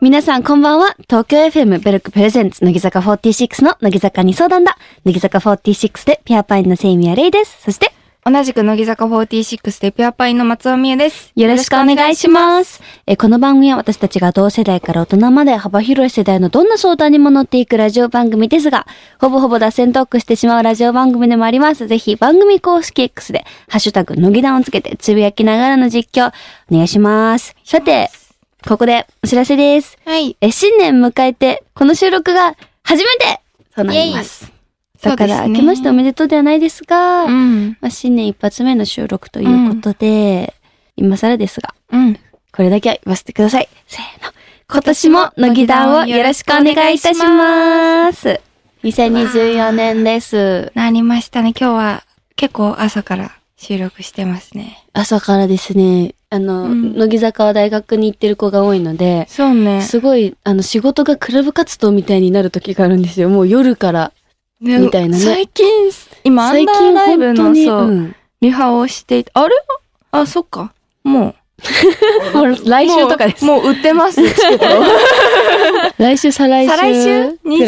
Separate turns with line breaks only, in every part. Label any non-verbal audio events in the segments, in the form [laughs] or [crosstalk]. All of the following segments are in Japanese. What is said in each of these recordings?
皆さんこんばんは。東京 FM ベルクプレゼンツ、乃木坂46の乃木坂に相談だ。乃木坂46でピアパインのセイミヤレイです。そして、
同じく乃木坂46でピュアパインの松尾美恵です。
よろしくお願いします。えーこの番組は私たちが同世代から大人まで幅広い世代のどんな相談にも乗っていくラジオ番組ですが、ほぼほぼ脱線トークしてしまうラジオ番組でもあります。ぜひ番組公式 X で、ハッシュタグ、乃木団をつけてつぶやきながらの実況、お願いします。さて、ここでお知らせです。
はい。
え、新年迎えて、この収録が初めてとなります。だか
そ
ら、
うですね
明けましておめでとうではないですが、
うん。
まあ、新年一発目の収録ということで、今更ですが、
うん。
これだけは言わせてください。せーの。今年も乃木団をよろしくお願いいたします。2024年です。
なりましたね。今日は結構朝から収録してますね。
朝からですね、あの、
うん
乃木坂は大学に行ってる子が多いので、
そうね
すごい、あの、仕事がクラブ活動みたいになる時があるんですよ。もう夜から。みたいなね
最近、今、アン
最
ダー
近
ライブ
本当
の、
に、
そう、
うん
リハをしていて、あれあ、そっか。もう。
もう来週とかです。
もうもう売っ
[laughs]
てます、チケット
来週、再来週
再来週
くらい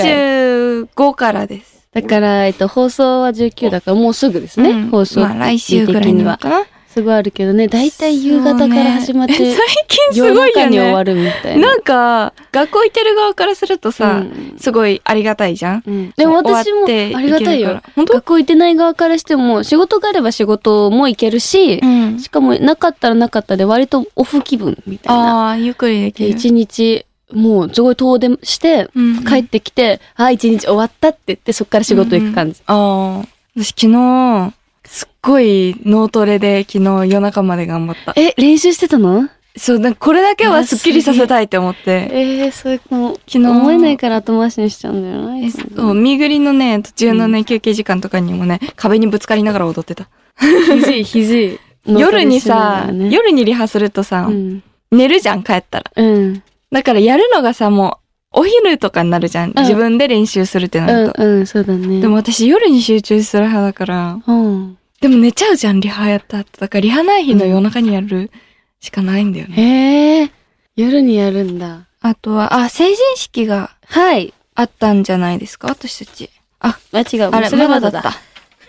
?25 からです。
だから、えっと、放送は19だから、もうすぐですね。
うん
放送。
まあ来週ぐらいには。かな。
すごいあるけどね、だいたい夕方から始まっ
そう
て
ね、最近 [laughs] すごい
夜
よね。
中に終わるみたいな。
なんか、学校行ってる側からするとさ、
うん
すごいありがたいじゃん。
うんでも私もあ
終わって
りがたい
行ける
よ
か。ら。本当
学校行ってない側からしても、仕事があれば仕事も行けるし、
ん
しかもなかったらなかったで割とオフ気分みたいな。
ああ、ゆっくりで
で、
きる。
一日、もうすごい遠出して、
うん
帰ってきて、あ、一日終わったって言って、そっから仕事行く感じ。
ああ。私昨日、すっごい脳トレで昨日夜中まで頑張った。
え、練習してたの
そう、なんかこれだけはスッキリさせたいって思って。
えー、そういうの、
昨日
思えないから後回しにしちゃうんだよ
え
ね。
そう、身ぐりのね、途中のね、休憩時間とかにもね、壁にぶつかりながら踊ってた。
肘、肘。
[laughs] 夜にさ、夜にリハするとさ、
うん。
寝るじゃん、帰ったら。
うん。
だからやるのがさ、もう、お昼とかになるじゃん。
うん
自分で練習するってな
う
る
ん
と。、
うん、そうだね。
でも、私夜に集中する派だから。
うん。
でも寝ちゃうじゃん、リハやった後。だからリハない日の夜中にやるしかないんだよね。
へえ、夜にやるんだ。
あとは、あ、成人式が
はい。
あったんじゃないですか、私たち。
あ、違う。
あれ、
それ
ま
ま
だ
だ
だっ
だ。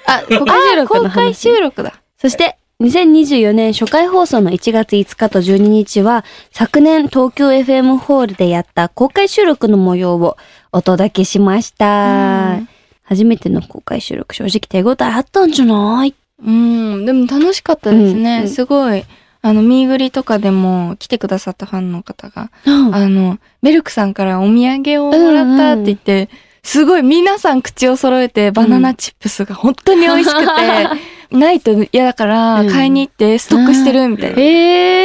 た。 [laughs]
あ、公開収録の
公開
話。
収録だ。
そして、2024年初回放送の1月5日と12日は、昨年東京 FM ホールでやった公開収録の模様をお届けしまし
う
た
ん。
初めての公開収録、正直手応えあったんじゃない
うん、でも楽しかったですね。
うんうん
すごい。あの、ミーグリとかでも来てくださったファンの方が、
うん
あの、ベルクさんからお土産をもらったって言って、すごい皆さん口を揃えてバナナチップスが本当に美味しくて、
[laughs]
ないと嫌だから
うん
買いに行ってストックしてるみたいな
へ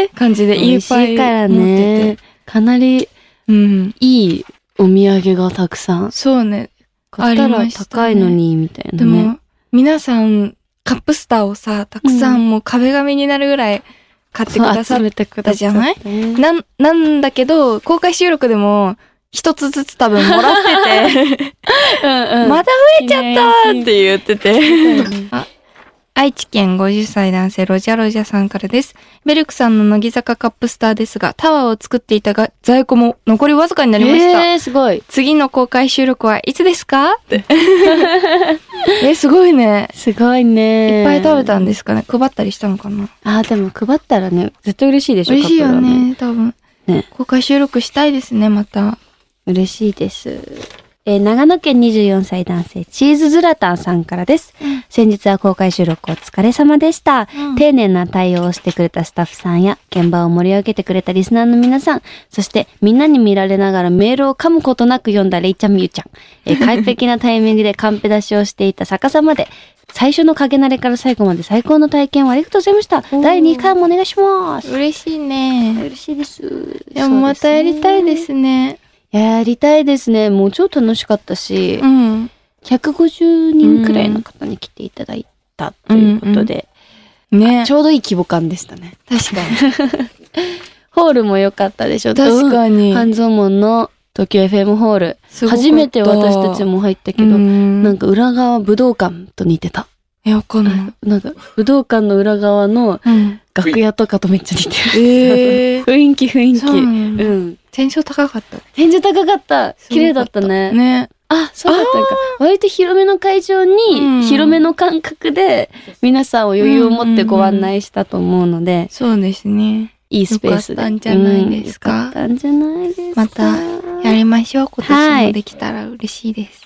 え。
感じでい
美
っ
味し
ぱい
いから
持って
ね
て。。
かなり
うん。
いいお土産がたくさん。
そうね。
買ったら高いのに、みたい
で
なね。
も、皆さんカップスターをさ、たくさんもう壁紙になるぐらい買ってくだ
そ
さ
う集
っ
めてく
たじゃない
ね
なん、なんだけど、公開収録でも一つずつ多分もらってて、
うんうん [laughs]
また
増
えちゃったーって言ってて。愛知県50歳男性ロジャロジャさんからです。ベルクさんの乃木坂カップスターですが、タワーを作っていたが在庫も残りわずかになりました。
えー、すごい。
次の公開収録はいつですかって。 [laughs] え、すごいね。
すごいね。
いっぱい食べたんですかね配ったりしたのかな
あー、でも配ったらね、絶対嬉しいでしょ、
嬉しいよ
カップルは。
ね、多分。
ね
公開収録したいですね、また。
嬉しいです。えー長野県24歳男性、チーズズラタンさんからです。
うん
先日は公開収録お疲れ様でした。
うん
丁寧な対応をしてくれたスタッフさんや、現場を盛り上げてくれたリスナーの皆さん、そしてみんなに見られながらメールを噛むことなく読んだレイちゃんみゆちゃん、えー完璧なタイミングで [laughs] カンペ出しをしていた逆さまで、最初の影慣れから最後まで最高の体験をありがとうございました。
おー
第2回もお願いします。
嬉しいね。
嬉しいです。
でもまたやりたいで。すね。
やりたいですね。もう超楽しかったし。
うん。
150人くらいの方に来ていただいたということで、
ね
ちょうどいい規模感でしたね。
確かに。
ホールも良かったでしょ
確かに。
うん
[laughs]
半蔵門の東京 FM ホール。初めて私たち
も
も入ったけど、なんか裏側武道館と似てた。
え、わかんない。
なんか、武道館の裏側の
うん。
楽屋とかとめっちゃ似てる。。
ええ
雰囲気雰囲気。
そうなん
う
や
ん。
テンション高かった。
天井高かった。
すごかった
綺麗だったね。
ね。
あ、そうだったのか。割と広めの会場に、
うん
広めの感覚で、皆さんを余裕を持ってご案内したと思うので、
そうですね。
いいスペースで。
よかったんじゃないですか
うんよかったんじゃないですか。
またやりましょう。今年もできたら嬉しいです。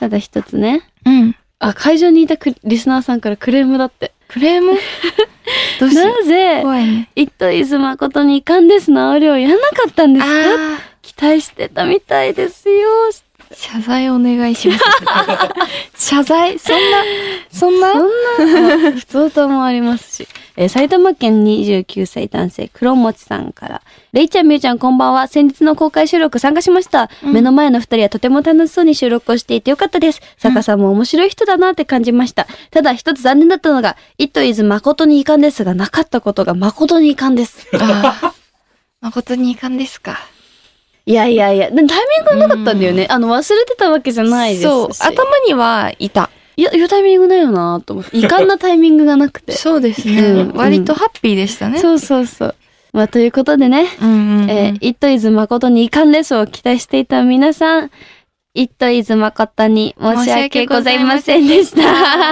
ただ一つね。
うん。
あ、会場にいたクリスナーさんからクレームだって。
クレ
[laughs]
ームどうしよ
な
う。
ぜ、
怖いね。
一等伊豆誠に遺憾ですのお料やらなかったんですか
あ
期待してたみたいですよ。
あ、謝罪お願い
[laughs]
します。謝罪そんな、そんな
そんな、普通ともありますし。えー埼玉県29歳男性、黒持さんから。れいちゃん、みゆちゃん、こんばんは。先日の公開収録参加しました。
うん
目の前の二人はとても楽しそうに収録をしていてよかったです。坂さんも面白い人だなって感じました。ただ一つ残念だったのが、一と伊豆誠に遺憾ですが、なかったことが誠に遺憾 [laughs] です。
ああ、誠に遺憾ですか。
いやいやいや、でもタイミングがなかったんだよね。あの、忘れてたわけじゃないですし。
そう、頭にはいた。
いや、言うタイミングないよなと思って。遺憾なタイミングがなくて。
そうです
うん
割とハッピーでした
[laughs]
ね。
そうそうそう。まあ、ということでね、
うんうんうん。
えー、イットイズ誠に遺憾ですを期待していた皆さん、イットイズ誠に申し訳ございませんでした。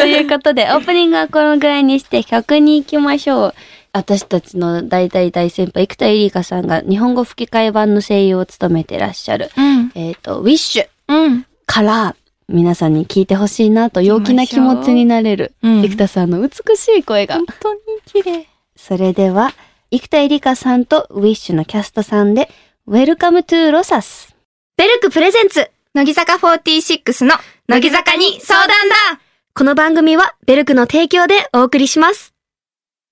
ということで、オープニングはこのぐらいにして曲に行きましょう。私たちの大大大先輩、生田絵梨花さんが日本語吹き替え版の声優を務めてらっしゃる、
うん。
えっ、と、ウィッシュ
うん。
から皆さんに聞いてほしいなと陽気な気持ちになれる、
うん
生田さんの美しい声が。
当に綺麗。
それでは、生田絵梨花さんとウィッシュのキャストさんで、ウェルカムトゥロサス。
ベルクプレゼンツ
乃木坂46の乃木坂に相談だ
この番組はベルクの提供でお送りします。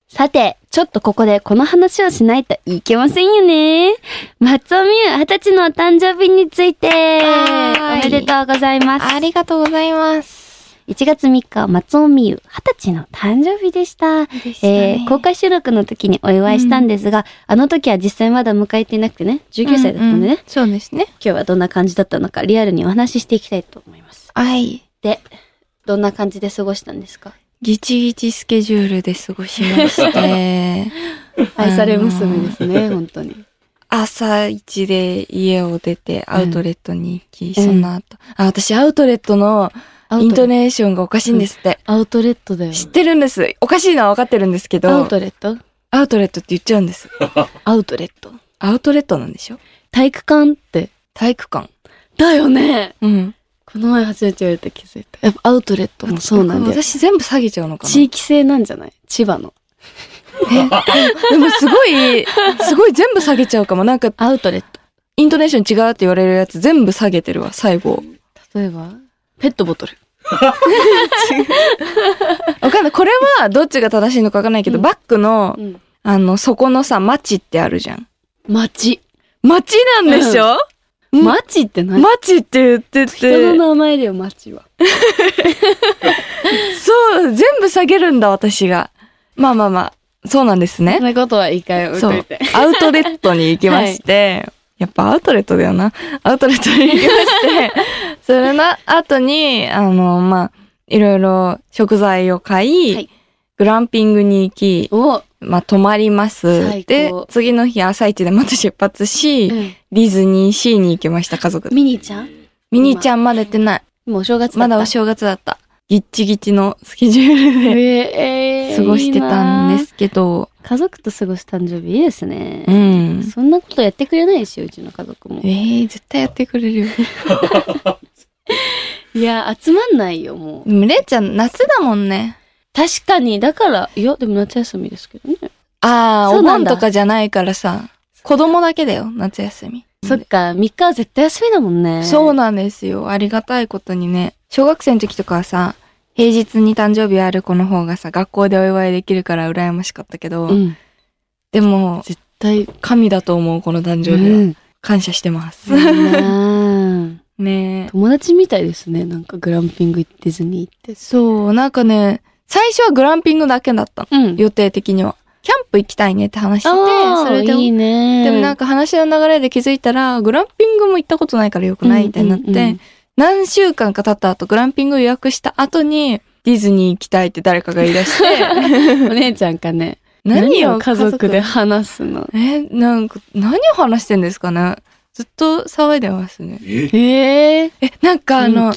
さて、ちょっとここでこの話をしないといけませんよね。松尾美優、二十歳のお誕生日について、お
ーい
めでとうございます。
ありがとうございます。
1月3日、松尾美優、二十歳の誕生日でした。えー公開収録の時にお祝いしたんですが、あの時は実際まだ迎えていなくてね、19歳だったのでね、
うんうん
今
そうですね。
日はどんな感じだったのか、リアルにお話ししていきたいと思います。
はい。
で、どんな感じで過ごしたんですか
ギチギチスケジュールで過ごしまして、
[laughs] 愛され娘ですね、本当に。
[laughs] 朝一で家を出てアウトレットに行き、
うん
その後。あ、私アウトレットのイントネーションがおかしいんですって。
アウトレットだよ。
知ってるんです。おかしいのはわかってるんですけど、
アウトレット
アウトレットって言っちゃうんです。
アウトレット。
アウトレットなんでしょ
体育館って。
体育館。
だよね
うん。
この前初めて言われて気づいた。やっぱアウトレットもそうなんだよ。
私全部下げちゃうのかな。
地域性なんじゃない千葉の。
でもすごい、すごい全部下げちゃうかも。なんか、
アウトレット。
イントネーション違うって言われるやつ全部下げてるわ、最後。
例えば、ペットボトル。
わかんない。これはどっちが正しいのかわかんないけど、
うん
バッグの
う、ん。
あの、そこのさ、マチってあるじゃん。
町。
マチなんでしょ、うん
町って何
マチって言って
人
て。
の名前だよ、町は。
そう、全部下げるんだ、私が。まあまあまあ、そうなんです
そん
ね。
なことはいいかよ、置い
そ
というて。。
アウトレットに行きまして、やっぱアウトレットだよな。アウトレットに行きま
[laughs]
して、それの後に、あの、まあ、いろいろ食材を買い、
はい
グランピングに行き、
お、
まあ、泊まります
最。高
で、次の日朝一でまた出発し、ディズニーシーに行きました、家族で。
ミニーちゃん
ミニーちゃんまだ出てない。
もうお正月だ
ま
った
だお正月だった。ギッチギチのスケジュールで
えー
過ごしてたんで。
いいな
すけど、
あ家族と過ごす誕生日いいですね。
うん。
そんなことやってくれないですよ、うちの家族も
え。ー、絶対やってくれるよ。
いや、集まんないよ、もう。
でもれいちゃん夏だもんね。
確かに、だから、いや、でも夏休みですけどね。
ああ、
そう
お
なん
盆
だ
とかじゃないからさ、子供だけだよ、夏休み。
そっか、3日は絶対休みだもんね。
そうなんですよ。ありがたいことにね。小学生の時とかはさ、平日に誕生日ある子の方がさ、学校でお祝いできるから羨ましかったけど、
うん。絶
でも、
対、
神だと思う、この誕生日
[laughs]
は。
うん
感謝してます。
うん
ね
友達みたいですね、なんかグランピング行ってディズニー行って。
え。そう、なんかね、最初はグランピングだけだったの。
うん。
予定的には。キャンプ行きたいねって話して
あ
て、
ー
それで、
いいね。
でもなん
か、
か話の流れで気づいたら、グランピングも行ったことないからよくないみたいになって、何週間か経った後、グランピング予約した後に、ディズニー行きたいって誰かが言い出して、
お姉ちゃんか [laughs] ね。
[laughs] 何を
家族で話すの
え、なんか、何を話してんですかねずっと騒いでますね。
え
ええ
え、なんかあの、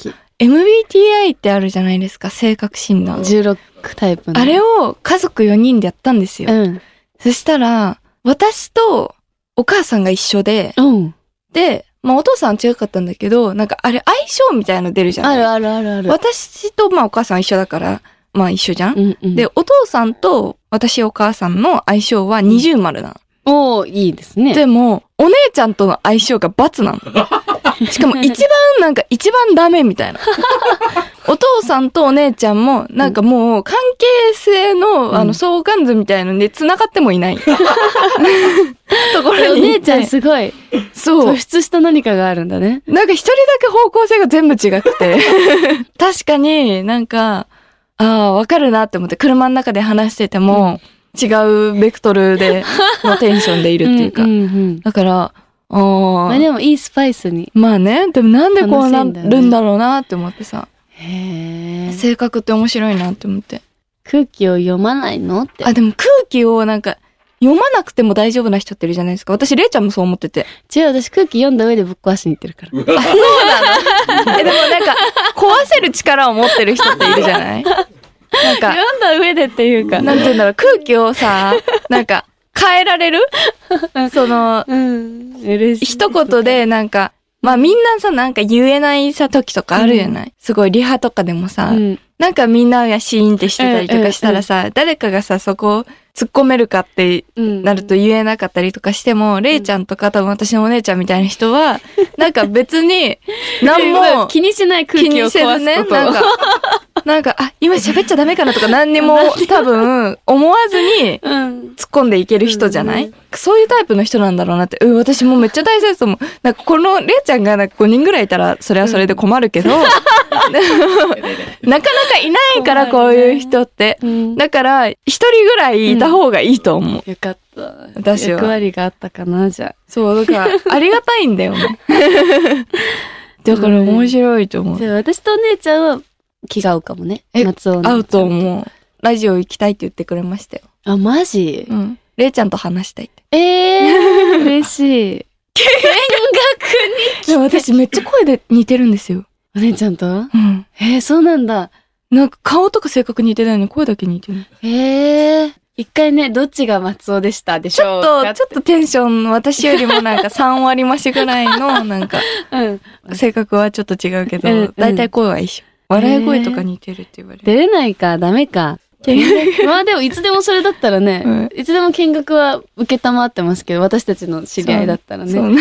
MBTI ってあるじゃないですか、性格診断。
16タイプの。
あれを家族4人でやったんですよ。
うん。
そしたら、私とお母さんが一緒で、
うん。
で、まあお父さんは違かったんだけど、なんかあれ相性みたいなの出るじゃん。
あるあるあるある。
私とまあお母さんは一緒だから、まあ一緒じゃん。
うんうん、
で、お父さんと私お母さんの相性は二重丸なの。
おーいいですね。
でも、お姉ちゃんとの相性が
[laughs]
罰なの。しかも一番なんか一番ダメみたいな。
[laughs]
お父さんとお姉ちゃんもなんかもう関係性のあ
うん
の相関図みたいので繋がっても
[laughs]
いない。 [laughs] ところ
お
に行って。
姉ちゃんすごい
そう
突。出した何かがあるんだね。
なんか一人だけ方向性が全部違くて。 [laughs] 確かになんか、ああ、わかるなって思って車の中で話してても、違うベクトル [laughs] で、のテンションでいるっていうか。
んんうん
だから、あ
まあ
ー
でもいいスパイスに。
まあね、でもなんでこうな
楽しいんだよね
るんだろうなって思ってさ、
へえ。
性格って面白いなって思って。
空気を読まないのって。
あ、でも空気をなんか、読まなくても大丈夫な人っているじゃないですか。私、れいちゃんもそう思ってて。
違う、私空気読んだ上でぶっ壊しに行ってるから。
あ、 [laughs] そうなの [laughs] え、でもなんか、壊せる力を持ってる人っているじゃ [laughs] ないなんか、
[laughs] 読んだ上でっていうか。
なんて言うんだろう、空気を
[laughs]
さ、なんか、変えられるその、
うん。嬉しい。
一言でなんか、まあみんなさ、なんか言えないさ、時とかあるじゃない、すごい、リハとかでもさ、
うん。
なんかみんながシーンってしてたりとかしたらさ、誰かがさ、そこを突っ込めるかって
うん。
なると言えなかったりとかしても、れいちゃんとか多分私のお姉ちゃんみたいな
[laughs]
人は、なんか別に、何も
気にしない空
気
気を
にせ
壊
ず
す
ね、
こと
なんか、なんか、あ、今喋っちゃダメかなとか
[laughs]
何にも多分思わずに
うん。
突っ込んでいける人じゃない、
う
そういうタイプの人なんだろうなって、うん、私もめっちゃ大切と思う。なんかこのれいちゃんがなんか5人ぐらいいたら、それはそれで困るけど、 [laughs] なかなかいないから、こういう人って。
うん。
だから、一人ぐらいいた方がいいと思う。
よかった。
私は
役割があったかな、じゃあ。
そう、だ [laughs] から、ありがたいんだよね。 [laughs] だから面白いと思。
そうう私とお姉ちゃんは気が合うかもね。
え
夏を。
会うと思う。ラジオ行きたいって言ってくれましたよ。
あ、マジ
うん。れいちゃんと話したいって。
ええ
[laughs]
ー、嬉しい。
でも私めっちゃ声で似てるんですよ。
お姉ちゃんと
うん。
えー、そうなんだ。
なんか顔とか性格似てないのに声だけ似てる。
ええー。一回ね、どっちが松尾でしたでし
ちょ
ょ
っ
う
と、
か
ちょっとテンション、私よりもなんか3割増しぐらい
[laughs]
の、なんか、
うん。
性格はちょっと違うけ
うんう
ど
ん、
だいたい声は一緒。笑い声とか似てるって言われる。
出れないか、ダメか。 [laughs] まあでも、いつでもそれだったらね、
うん
いつでも見学は受けたまってますけど、私たちの知り合いだったらね。
そうね。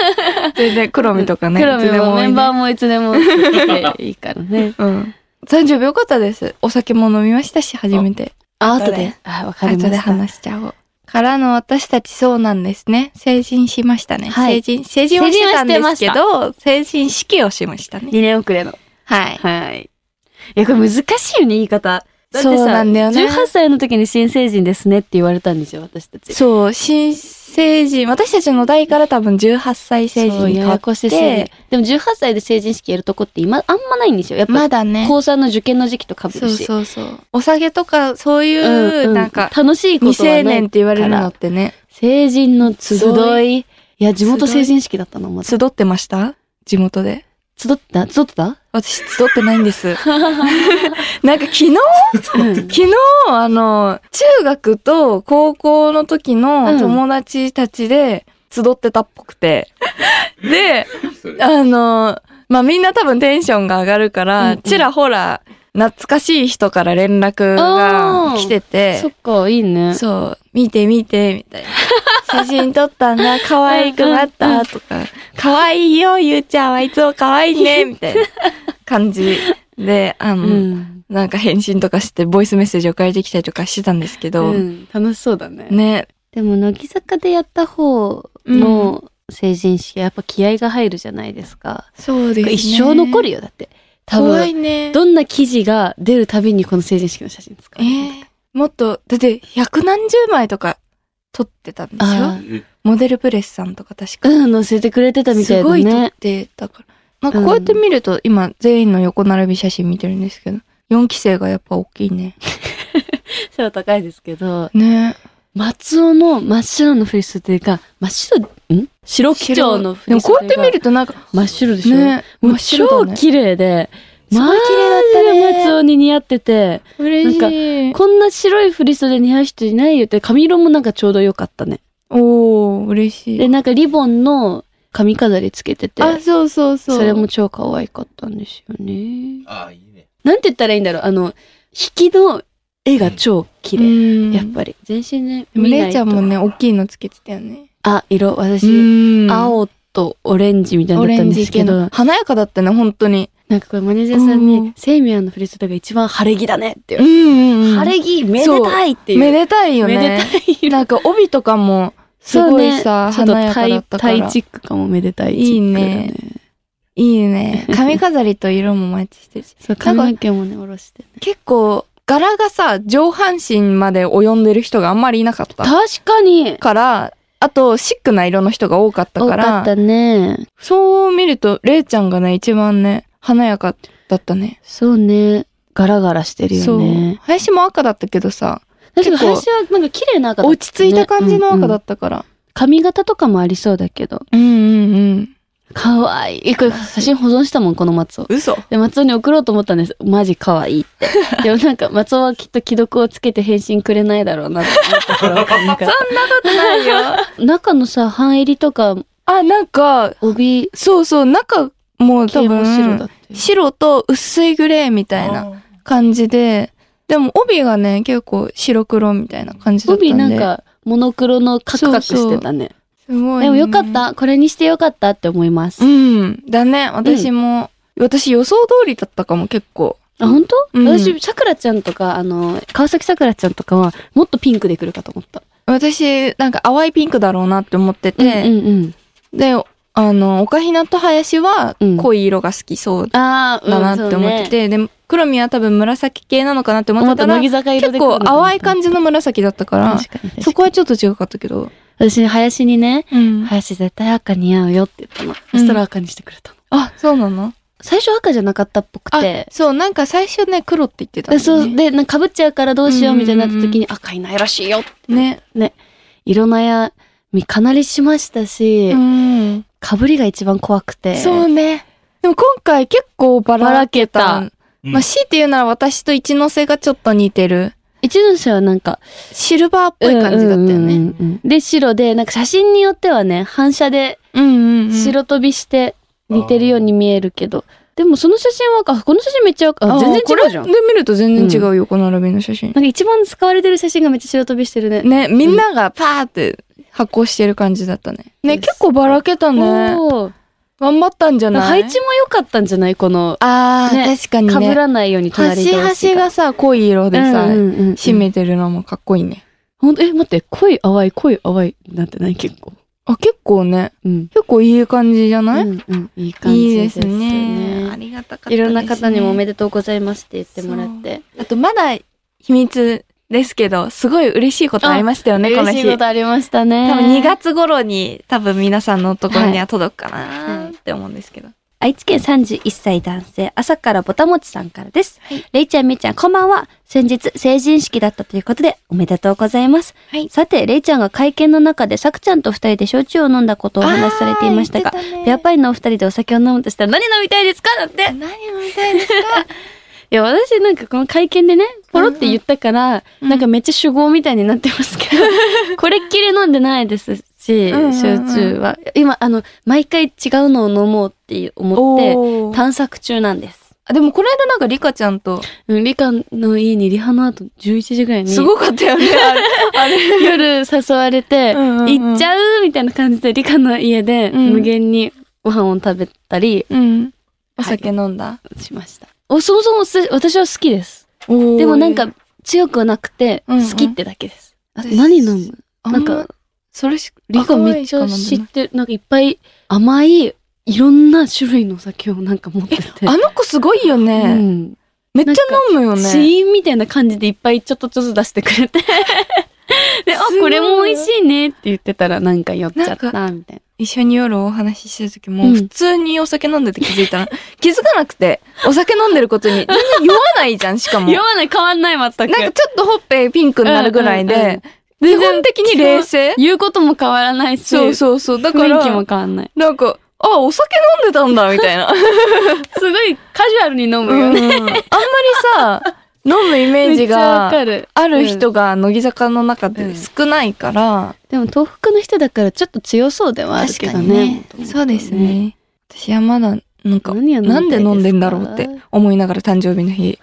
[laughs]
全然、黒見とかね。
クラ
いつで
ブも
お
メ
いで。
ンバーもいつでも来ていいからね
[laughs] うん。30秒良かったです。お酒も飲みましたし、初めて。
あ、
後
後
で
で。あ、わかりまし
後
た。
で話しちゃおう。からの私たちそうなんですね。成人しましたね。
はい
成人、成人をしてたんですけど、成人式をしましたね。
2年遅れの。
はい。
はい。いや、これ難しいよね、言い方。だってさ
そうなんだよね
18歳の時に新成人ですねって言われたんですよ、私たち。
そう、新成人、私たちの代から多分18歳成人
そう
に変
や
わ
や
っ
こしい成
て
人、でも18歳で成人式やるとこって今、あんまないんですよ。やっぱ、
まだね。
高3の受験の時期とかぶ
そ
る
う
し。
そうそう。お酒とか、そうい
うん
う、
う
なんか、
楽しいこ
未
とは
成
な
年っ
い。
て言われるのってね。
成人の集
集
い。いや、地元成人式だったの、まだ。
集ってました地元で。
集ってた集ってた
私、集ってない
[laughs]
んです。 [laughs] なんか昨日
うん
昨日、あの、中学と高校の
う
時
ん
の友達たちで集ってたっぽ
[laughs]
くて。で、あの、まあ、みんな多分テンションが上がるから、
うんうん
ちらほら、懐かしい人から連絡が来てて
そっ、か、いいね。
そう、見て見て、み
[laughs]
たいな。写真撮ったんだ、可愛くなっ
うんうんう
た、とか、可愛いよ、ゆうちゃんはいつも可愛いね、みたいな感じで、あの、
うん。
なんか返信とかして、ボイスメッセージを返してきたりとかしてたんですけど、
うん楽しそうだね。
ね、
でも乃木坂でやった方の成人式はやっぱ気合が入るじゃないですか。
そうで
一生残るよだって多
怖
分
いね。
どんな記事が出るたびにこの成人式の写真使
えーもっと、だって、百何十枚とか撮ってたんですよ
あ。
え
モデルプレスさんとか確か。
うん載せてくれてたみたい
す
だ
ごい撮っ
ね
てたから。なんかこうやって見ると、今、全員の横並び写真見てるんですけど、 4期生がやっぱ大きいね。
[laughs] 背は高いですけど、
ね
松尾の真っ白のフリステが、真っ白、ん白基調のフ
で
リ
も
ステ
こ
が。
うやって見るとなんか、
真っ白でしょ、
ね
も
真
う
っ白
超
だね。
綺麗で、
すごい綺麗だったね
マジで松尾に似合ってて、
嬉しい。
こんな白いフリストで似合う人いないよって、髪色もなんかちょうど良かったね。
おー、嬉し
で、
い。
なんかリボンの髪飾りつけてて、
あ、そうそうそう。
それも超可愛かったんですよね。
ああ、いいね。
なんて言ったらいいんだろう、あの、引きの絵が超綺
う
麗。
ん。
やっぱり。全身ね、
でも
見な
れ
い
い
と
ちゃんもね、大きいのつけてたよね。
あ、色、私、
ん
青とオレンジみたい
オ
なのだっ
レ
たんで
ンジ
すけ
系
ど
の。、華やかだったね、本当に。
なんかこれマネージャーさん
う
に
ん、
セイミアンのフリストが一番晴れ着だねって言われて
うんうんうん。
晴れ着めでたいっていう。
めでたいよね。
めでたいよ。 [laughs]
なんか帯とかも、すごいさ、
そうね
華やかだったから。
ちょっとタイタイチックかもめでたいチックだよね。
いいいいね。
[laughs]
髪飾りと色もマッチしてるし。
そう、
なんか
髪の毛もね、下ろしてね。
結構、柄がさ、上半身まで及んでる人があんまりいなかった。
確かに
から、あと、シックな色の人が多かった
多か
か、
らったね。
そう見ると、れいちゃんがね、一番ね、華やかだったね。
そうね。ガラガラしてる
そ
よ
う
ね。。
林も赤だったけどさ、
確かに
結構
林はなんか綺麗な赤だった、ね。
落ち着いた感じの赤だ
っ
ったから。
た。髪型とかもありそうだけど。
うんうんうん。
かわいい。これ写真保存したもん、この松尾。
嘘
で、松尾に送ろうと思ったんです。マジ可愛い
[laughs]
って。でもなんか、松尾はきっと既読をつけて返信くれないだろうなって思ったから。
[laughs]
なんか
ないよ。
中のさ、半襟とか、
[laughs] あ、なんか、
帯、
そうそう、中も多
系も
分、
白だっ
白
て。
と薄いグレーみたいな
あ
感じで、でも帯がね、結構白黒みたいな感じだったんで。
帯なん、か、モノクロのカクカクしてたね。
すごい、ね。
でもよかっ。た。これにしてよかったって思います。
うん。だね、私も。私予想通りだったかも、結構。
あ、本当？
うん
私、さくらちゃんとか、あの、川崎さくらちゃんとかは、もっとピンクで来るかと思った。
私、なんか淡いピンクだろうなって思って
うん
て、
うんうん。
で、あの、岡ひなと林は
うん
濃い色が好きそう
ああ、うん
だなって思って。て、で、黒見は多分紫系なのかなって思
思
っ
ってた
た
ら、
ら
乃、木坂色
結
で来る
構淡い感じの紫だったから、
確かに確かに。
そこはちょっと違かったけど。
私、林にね、
うん。
林絶対赤似合うよって言ったの。そしたら赤にしてくれたの。
あ、そうなの
最初赤じゃなかったっぽく
あ
て、。
そう、なんか最初ね、黒って言ってたん
で
だ
そ
よ
う、で、
ね。
なんか被っちゃうからどうしようみたいになった時に、赤いないらしいよ。
ね。
色悩みかなりしましたし、
うん。
被りが一番怖くて。
そうね。でも今回結構バ
ばら
ラ
け
けた。
た。
うん
まあ、強いて言うなら私と一ノ瀬がちょっと似てる。
一ノ瀬はなんか、
シルバーっぽい感じだったよ
うん
ね。
うんうんうんで、白で、なんか写真によってはね、反射で
うんうんうん。
白飛びして似てるように見えるけど、でもその写真は、あ、この写真めっちゃ、あ、
あ。
全然違うじゃん。
これで見ると全然違うよ、この並びの写真。
なんか一番使われてる写真がめっちゃ白飛びしてるね。
ね、みんながパーって発行してる感じだったね。ね、結構ばらけたね。
おー
頑張ったんじゃな
配
い
置も良かったんじゃないこの、
あー、
ね
確かに
被
ね。
らないように隣
端
で。
端がさ、濃い色でさ、
うんうんうん
締めてるのもかっこいいね。
ほんと、え、待って、濃い淡い、濃い淡い、なんてない結構。
あ、結構ね、
うん。
結構いい感じじゃない、
うんうん、いい感じ
いいで
ですすよ
ね。
ね。
ありがたかったです、ね。
いろんな方にもおめでとうございますって言ってもらって。
あと、まだ秘密ですけど、すごい嬉しいことありましたよね、この
嬉し
日。
いことありましたね。
多分2月頃に多分皆さんのところには届くか
は
ないって思うんですけど。
愛知県31歳男性、朝からぼたもちさんからです。
はい
れいちゃん、みーちゃん、こんばんは。先日、成人式だったということで、おめでとうございます。
はい
さて、れいちゃんが会見の中で、さくちゃんと二人で焼酎を飲んだことをお話しされていましたが、ペア
り。
パイのお二人でお酒を飲むとしたら何飲みたいですかだって。
何飲みたいですか
いや、私なんかこの会見でね、ポロって言ったから、
うん
なんかめっちゃ酒豪みたいになってますけ
[laughs]
ど、これっきり飲んでないですし、
うんうんうん
焼酎は。今、あの、毎回違うのを飲もうって思って、
おー
探索中なんです。
あでもこの間なんかリカちゃんと、
うんリカの家にリハの後11時ぐらいに、
すごかった
[laughs]
よね、あれ。あれ
夜誘われて、
うんうんうん
行っちゃうみたいな感じで、リカの家で
うん
無限にご飯を食べたり
うん。お酒飲んだ。
しました。おそもそもせ私は好きです。
おー
でもなん、か強くはなくて、
うんうん
好きってだけです。あ
私
何飲む
あ
なん
ん
か
か、それし、
リカ
赤ワ
め
イ
っ
ン
ち
しか
ゃ
飲んでない
知ってる。なんかいっぱい甘い、いろんな種類のお酒をなんか持ってて。
あの子すごいよ
う
ね。
ん。
めっちゃ飲むよね。 [laughs]
試飲みたいな感じでいっぱいちょっとずつ出してくれて。で、あ
すごい、
これも美味しいねって言ってたらなんか酔っちゃっ
な
たみたい
一緒に夜お話ししてる時
う
も、
ん
普通にお酒飲んでて気づいたら、 [laughs] 気づかなくて、お酒飲んでることに、全然酔わないじゃん、しか
な。[laughs]
も。
酔わない変わんない全く。
なんかちょっとほっぺピンクになるぐらい
うんうんうん
で、基本的に冷静
言うことも変わらないし、
そうそうそう。だか
雰囲気
ら
も、変わんない。
なんか、あ、お酒飲んでたんだ、みたい
[laughs]
な。
すごいカジュアルに飲む
う
よ
んあん
ね。
まりさ、飲むイメージ
めっちゃわか
が
る。
ある人が乃木坂の中で少ないから、
でも東北の人だからちょっと強そうではあるけどね。
そうですね。私はまだ、なんか、
何を飲みた
ないん
です
で
か
飲んでんだろうって思いながら誕生日の [laughs] 日、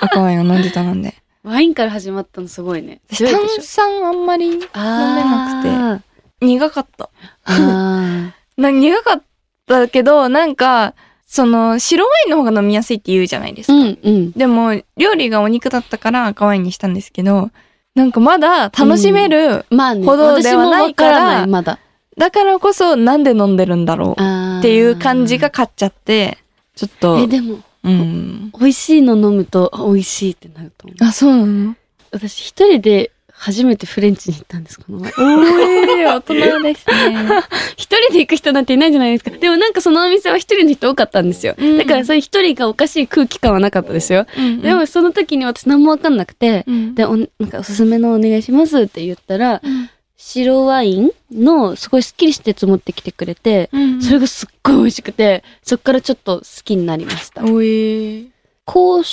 赤ワインを飲んでたなんで。
ワインから始まったのすごいね。
私炭酸あんまり飲めなくて、
なく [laughs] て。
苦かった。
あ
な苦かったけど、なんか、その、白ワインの方が飲みやすいって言うじゃないです
ー
か。
うんうん。
でも、料理がお肉だったから赤ワインにしたんですけど、なんかまだ楽しめる、
まあね、
ほど
私
で
も
はな
わ
いか
かららない、まだ。
だからこそなんで飲んでるんだろう
っ
っていう感じが。勝っちゃって、ちょっ
え、
と、
でも、
うん。
美味しいの飲むと、あ美味しいってなると思う。
あ、そうなの
私一人で初めてフレンチに行ったんです、この前。
おえ大人ですね。
[laughs]
[laughs]
一人で行く人なんていないじゃないですか。でもなんかそのお店は一人の人多かったんですよ。
うん
だからそういう一人がおかしい空気感はなかったですよ。で
でも、
もその時に私何もわかんなくて、
うん
で、お、なんかおすすめのお願いしますって言ったら、白ワインのすごいスッキリしたやつ持ってきてくれて、
うん
それがすっごい美味しくて、そっからちょっと好きになりました。
おえ
コー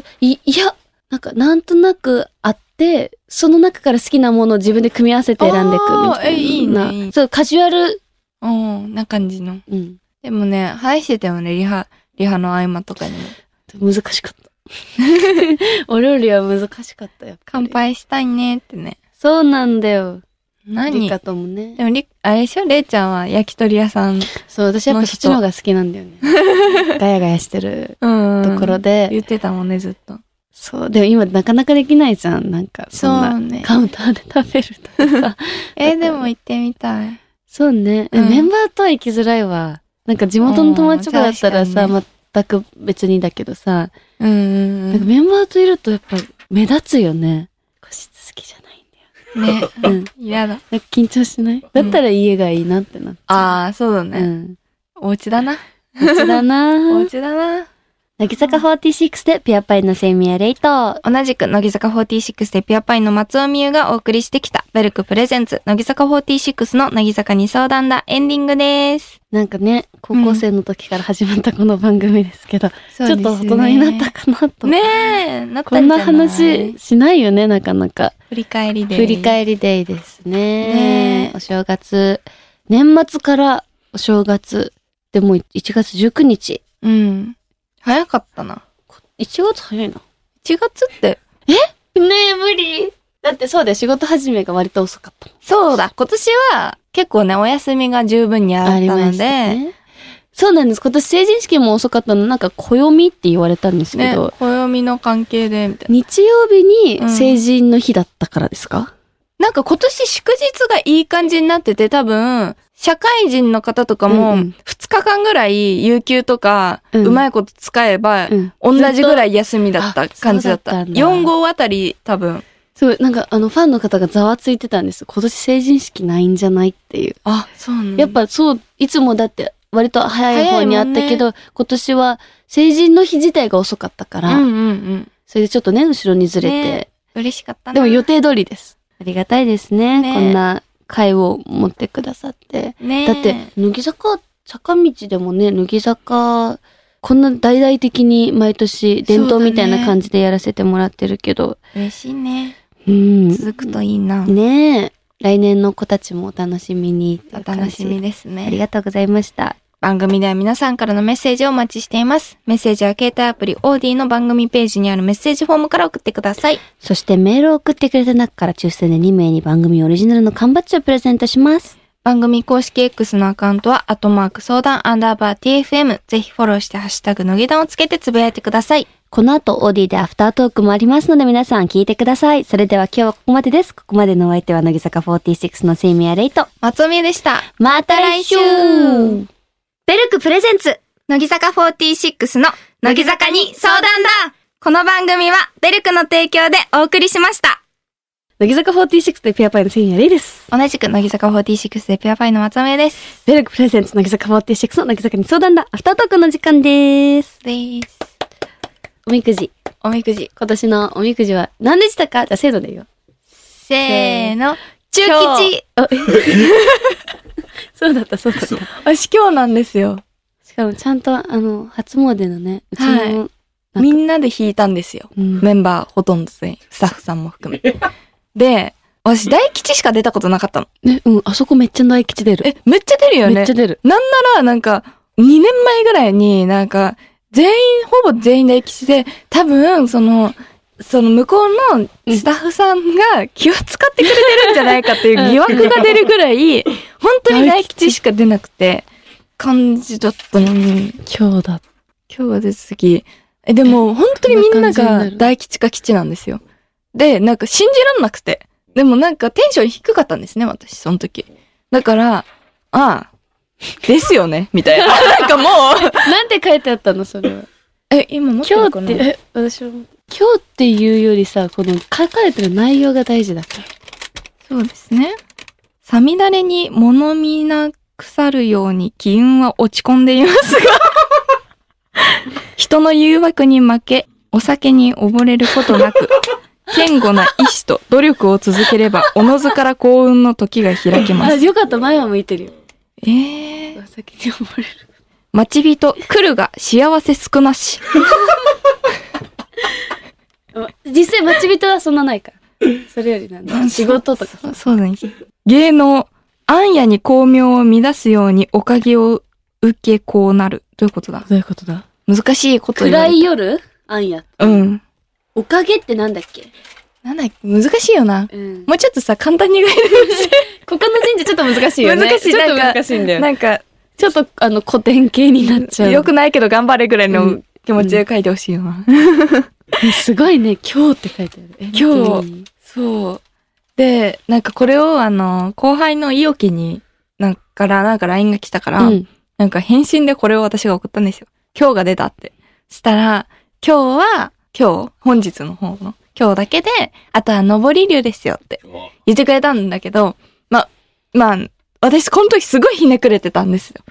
ス、い、いや、なんかなんとなくあって、その中から好きなものを自分で組み合わせて選んでいくみたいな。
あーえいいねいい
そう、カジュアル、
うん、な感じの。
うん、
でもね、話しててもね、リハ、リハの合間とかにも。
難しかった。 [laughs] お料理は難しかったよ。
乾。杯したいねってね。
そうなんだよ。リ
何
カともね
で。もり、あれでしょレイちゃんは焼き鳥屋さん。
そう、私やっぱそっちの方が好きなんだよね。 [laughs] ガヤガヤしてる
う
ところで。
言ってたもんね、ずっと。
そう、でも今なかなかできないじゃん。なんか、そんな。
ね
カウンターで食べるとかさ。
えーでも行ってみたい。
そうね、
うん
メンバーとは行きづらいわ。なんか地元の友達とかだったらさ、
うん
全く別にだけどさ、
うんうん
なんかメンバーといるとやっぱ目立つよね。個室好きじゃないんだよ。
うん。
う
ね。
ん。
嫌だ。
なんか緊張しないだったら家がいいなってなっちゃ
ああ、そうだ
う。
ね。
うん。
お家だな。
こちだ [laughs]
お
な
家だな。
乃木坂46でピアパイのセミやレイト。
同じく、乃木坂46でピュアパインの松尾美優がお送りしてきた、ベルクプレゼンツ、乃木坂46の乃木坂に相談だ、エンディングです。
なんかね、高校生の時から始まったこの番組ですけど、
ちょ
ちょっと大人になったかなと。
ねえ、なった
こんな話しないよね、なかなか。
振り返りで。
振り返りデイですね
ね。
お正月。年末からお正月。でも1月19日。
うん。早かったな。
1月早いな。
1月って、
ねえ、無理。だってそうだよ、仕事始めが割と遅かったもん。
そうだ、今年は結構ね、お休みが十分にあったので、
ね。そうなんです。今年成人式も遅かったの、なんか暦って言われたんですけ
ね
ど、、
暦の関係で、みたいな。
日曜日に
うん
成人の日だったからですか、
なんか今年祝日がいい感じになってて、多分、社会人の方とか
う
も
んうん、
2日間ぐらい、有給とか、
う
うんまいこと使えば、
うん
同じぐらい休みだった
ずっと
感じだった。
あそうだったんだ
4号あたり、多分。
そう、なんかあのファンの方がざわついてたんです。今年成人式ないんじゃないっていう。
あ、そうなん
やっ、ぱそう、いつもだって割と早い方にあったけど、今年は成人の日自体が遅かったか
う
ら、
んうんうん。
それでちょっとね、後ろにずれて、
ね嬉しかった
で
な。
も予定通りです。ありがたいですね。
ね
こんな会を持ってくださって。
ね
だって、乃木坂、坂道でもね、乃木坂、こんな大々的に毎年伝統みたいな感じでやらせてもらってるけど、
嬉しいね。
うん。
続くといいな。
ねえ。来年の子たちもお楽しみにってい
お
う感じ。
楽しみですね。
ありがとうございました。
番組では皆さんからのメッセージをお待ちしています。メッセージは携帯アプリ OD の番組ページにあるメッセージフォームから送ってください。
そしてメールを送ってくれた中から抽選で2名に番組オリジナルの缶バッジをプレゼントします。
番組公式 X のアカウントは、アットマーク相談アンダーバー TFM。ぜひフォローして、ハッシュタグのげだんをつけてつぶやいてください。
この後、オーディでアフタートークもありますので皆さん聞いてください。それでは今日はここまでです。ここまでのお相手は乃木坂46のセイミアレイト。
松尾美恵でした。
また来週
ベルクプレゼンツ
乃木坂46の、
乃木坂に相談だ
この番組は、ベルクの提供でお送りしました。
乃木坂46でペアパイの千円レイです。
同じく乃木坂46でペアパイの松尾です。
ベルクプレゼンツ乃木坂46の乃木坂に相談だ、アフタートークの時間です。
です。
おみくじ。
おみくじ。
今年のおみくじは何でしたかじゃあ、せーので言おう。
せーの。
中
吉
あえ [laughs] そうだった、そうだった。
私今日なんですよ。
しかもちゃんと、あの、初詣のね、うち
はい
の、なんか
みんなで弾いたんですよ。
うん
メンバーほとんど全員。スタッフさんも含め。で、私大吉しか出たことなかったの。
ね、うん、あそこめっちゃ大吉出る。
え、めっちゃ出るよね。
めっちゃ出る。
ただなんか、2年前ぐらいになんか、全員、ほぼ全員大吉で、多分、その、その向こうのスタッフさんが気を使ってくれてるんじゃないかっていう疑惑が出るぐら [laughs] い、本当に大吉しか出なくて、感じだったのに、
今日だ。
今日は出すぎ。え、でも、本当にみんな
こんな感じに
が
なる
大吉か吉なんですよ。で、なんか信じらんなくて。でもなんかテンション低かったんですね、私、その時。だから、ああ、ですよね、みた [laughs] いな。なんかもう、
なんて書いてあったの、それ [laughs] は。
え、今持って
今
るか
日っ
な
て、え、私も。今日っていうよりさ、この書かれてる内容が大事だから。
そうですね。さみだれに物見な腐るように機運は落ち込んでいますが、 [laughs] 人の誘惑に負け、お酒に溺れることなく、堅固な意志と努力を続ければ、おのずから幸運の時が開けま
あ、
す。
よかった、前は向いてるよ。
えー、
先に溺れる。
待ち人、来るが幸せ少なし。
実際、待ち人はそんなない [laughs] から。それよりなんだ。 [laughs] 仕事とか
そ。そうだね。芸能、暗夜に巧妙を乱すようにおかげを受けこうなる。どういうことだ
どういうことだ
難しいこと言わ
暗
れ
い夜あんや。
うん。
おかげってなんだっけ
なんだっけ難しいよな。
うん。
もうちょっとさ、簡単に言え
他の神社ちょっと [laughs] 難しいよね。
難しい
ちょっと
なんか
難しいんだよね。
なんか、
ちょっと、あの、古典系になっちゃう。
よくないけど頑張れぐらいうの
ん
気持ちで書いてほしいよな。
えすごいね、今日って書いてある。え
今日。そう。で、なんかこれをあの、後輩のいおきに、なんから、なんか LINE が来たから、
うん。
なんか返信でこれを私が送ったんですよ。今日が出たって。したら、今日は、今日、本日の方の、今日だけで、あとは上り流ですよって言ってくれたんだけど、ま、まあ、私この時すごいひねくれてたんですよ。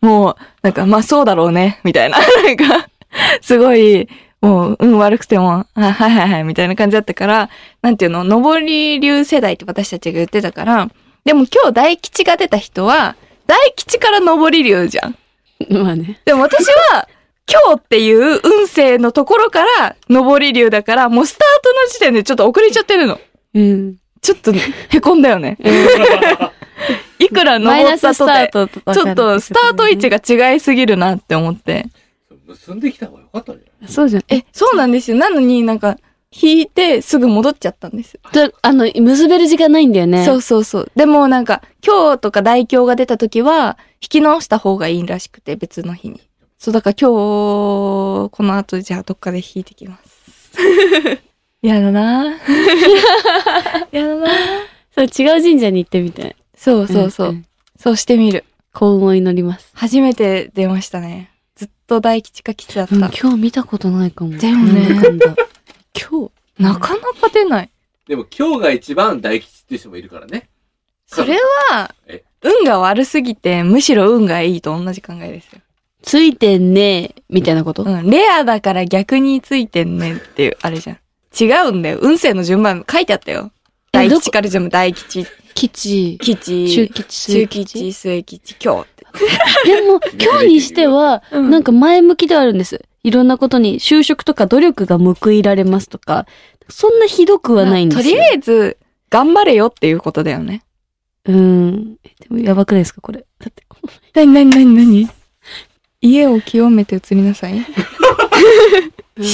もう、なんか、まあそうだろうね、みたいな。 [laughs] なんか、すごい、もう、運悪くても、あはいはいはい、みたいな感じだったから、なんていうの、上り流世代って私たちが言ってたから、でも今日大吉が出た人は、大吉から上り流じゃん。
まあね。
でも私は、今日っていう運勢のところから、上り流だから、もうスタートの時点でちょっと遅れちゃってるの。
うん。
ちょっと、へこんだよね。いくら
マイ
登
ナ
っ
ス
た
スター
とて、
トとか
ちょっとスタート位置が違いすぎるなって思って。
結んできた方が良かったんじゃない
そうじゃん。え、
え、そうなんですよ。なのになんか、引いてすぐ戻っちゃったんですよ。
じゃあの、結べる時間ないんだよね。
そうそうそう。でもなんか、今日とか大凶が出た時は、引き直した方がいいらしくて、別の日に。そう、だから今日、この後じゃあどっかで引いてき [laughs] ます。やだ [laughs] なぁやだなぁ
そう。違う神社に行ってみたい。
そうそうそう。
んん
そうしてみる。
幸運を祈ります。
初めて出ましたね。ずっと大吉か吉だった。
うん今日見たことないかも。
だよ
な
ね
んだかんだ今日
なかなか出ない。
でも今日が一番大吉っていう人もいるからね。
それは
え、
運が悪すぎて、むしろ運がいいと同じ考えですよ。
ついてんねえ、みたいなこと、
うん、レアだから逆についてんねんっていう、あれじゃん。違うんだよ。運勢の順番書いてあったよ。
え
大
どこ
吉から順番、大吉、
吉、
吉、
中吉、末
中
吉。
吉、末吉、今日って。
でも、今日にしては、
うん
なんか前向きではあるんです。いろんなことに、就職とか努力が報いられますとか、そんなひどくはないんですよ。
とりあえず、頑張れよっていうことだよね。
うん。えでもやばくないですか、これ。だって、
なになになになに家を清めて移りなさい。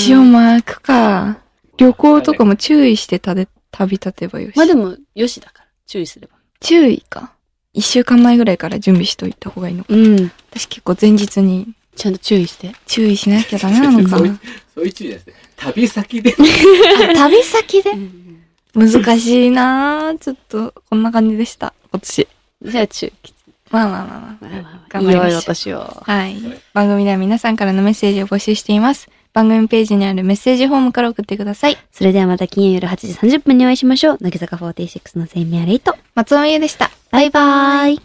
塩巻くか。旅行とかも注意してたで旅立てばよし。
まあでも、よしだから、注意すれば。
注意か。一週間前ぐらいから準備しといた方がいいのか。
うん。
私結構前日に
ちゃんと注意して。
注意しなきゃダメなのか
[laughs] そう
な
いう。そういう注意じゃなくて、旅先で。
あ旅先で難しいなぁ。ちょっと、こんな感じでした。今年。
じゃあ、注意。
まあまあまあま
頑
張りましょう
私を。
あ。はい。番組では皆さんからのメッセージを募集しています。番組ページにあるメッセージフォームから送ってください。
それではまた金曜夜8時30分にお会いしましょう。乃木坂46の生命アレイト。
松尾美優でした。
バイバイ。